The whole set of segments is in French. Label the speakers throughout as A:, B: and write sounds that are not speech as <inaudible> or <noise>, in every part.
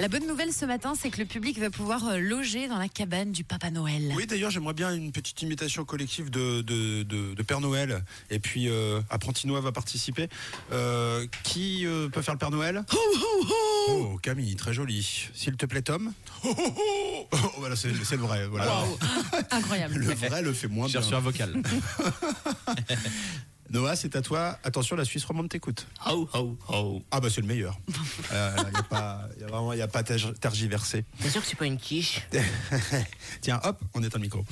A: La bonne nouvelle ce matin, c'est que le public va pouvoir euh, loger dans la cabane du Papa Noël.
B: Oui, d'ailleurs, j'aimerais bien une petite imitation collective de, de, de- de Père Noël. Et puis, euh, Apprentinois va participer. Euh, qui euh, peut faire le Père Noël Oh, Camille, très joli. S'il te plaît, Tom Oh, oh, oh Oh, voilà, c'est c'est le vrai. Voilà.
A: Incroyable.
B: <laughs> Le vrai le fait moins
C: J'ai
B: bien.
C: reçu un vocal.
B: Noah, c'est à toi. Attention, la Suisse romande t'écoute.
C: Ho, ho, ho.
B: Ah, bah, c'est le meilleur. Euh, Il n'y a pas, il y a vraiment, il y a pas terg- tergiversé.
D: T'es sûr que c'est pas une quiche
B: <laughs> Tiens, hop, on éteint le micro.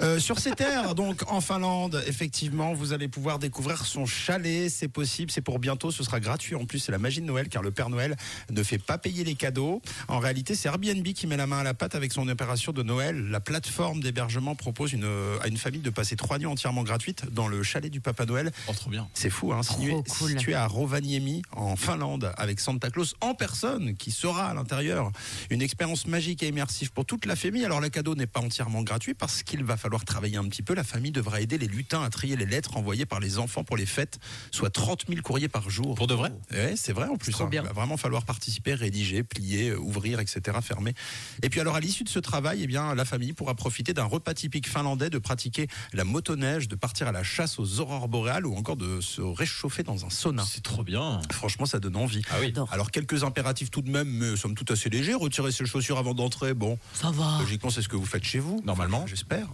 B: Euh, sur ces terres, donc en Finlande, effectivement, vous allez pouvoir découvrir son chalet. C'est possible, c'est pour bientôt, ce sera gratuit. En plus, c'est la magie de Noël, car le Père Noël ne fait pas payer les cadeaux. En réalité, c'est Airbnb qui met la main à la pâte avec son opération de Noël. La plateforme d'hébergement propose une, euh, à une famille de passer trois nuits entièrement gratuites dans le chalet du Papa Noël.
C: Oh, trop bien.
B: C'est fou, hein, situé,
A: Trop cool.
B: situé à Rovaniemi, en Finlande, avec Santa Claus en personne, qui sera à l'intérieur. Une expérience magique et immersive pour toute la famille. Alors, le cadeau n'est pas entièrement gratuit parce qu'il va falloir travailler un petit peu. La famille devra aider les lutins à trier les lettres envoyées par les enfants pour les fêtes, soit 30 000 courriers par jour.
C: Pour de vrai
B: Ouais, c'est vrai en plus.
C: Trop
B: hein.
C: bien.
B: Il va vraiment falloir participer, rédiger, plier, euh, ouvrir, etc., fermer. Et puis alors à l'issue de ce travail, eh bien la famille pourra profiter d'un repas typique finlandais, de pratiquer la motoneige, de partir à la chasse aux aurores boréales ou encore de se réchauffer dans un sauna.
C: C'est trop bien.
B: Franchement, ça donne envie.
C: Ah oui.
B: Alors quelques impératifs tout de même, mais somme toute assez légers. Retirer ses chaussures avant d'entrer, bon,
A: Ça va.
B: Logiquement, c'est ce que vous faites chez vous.
C: Normalement.
B: J'espère.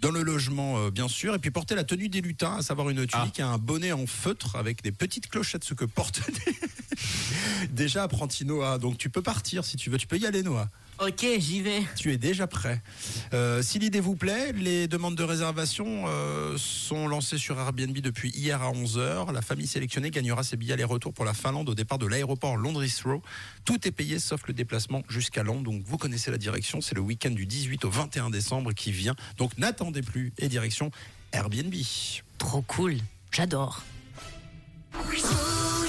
B: Dans le logement, euh, bien sûr. Et puis porter la tenue des lutins, à savoir une tunique et un bonnet en feutre avec des petites clochettes, ce que <laughs> porte déjà apprenti Noah. Donc tu peux partir si tu veux. Tu peux y aller, Noah.
D: Ok, j'y vais.
B: Tu es déjà prêt. Euh, si l'idée vous plaît, les demandes de réservation euh, sont lancées sur Airbnb depuis hier à 11h. La famille sélectionnée gagnera ses billets aller-retour pour la Finlande au départ de l'aéroport Londres Row. Tout est payé sauf le déplacement jusqu'à Londres. Donc vous connaissez la direction, c'est le week-end du 18 au 21 décembre qui vient. Donc n'attendez plus et direction Airbnb.
A: Trop cool. J'adore.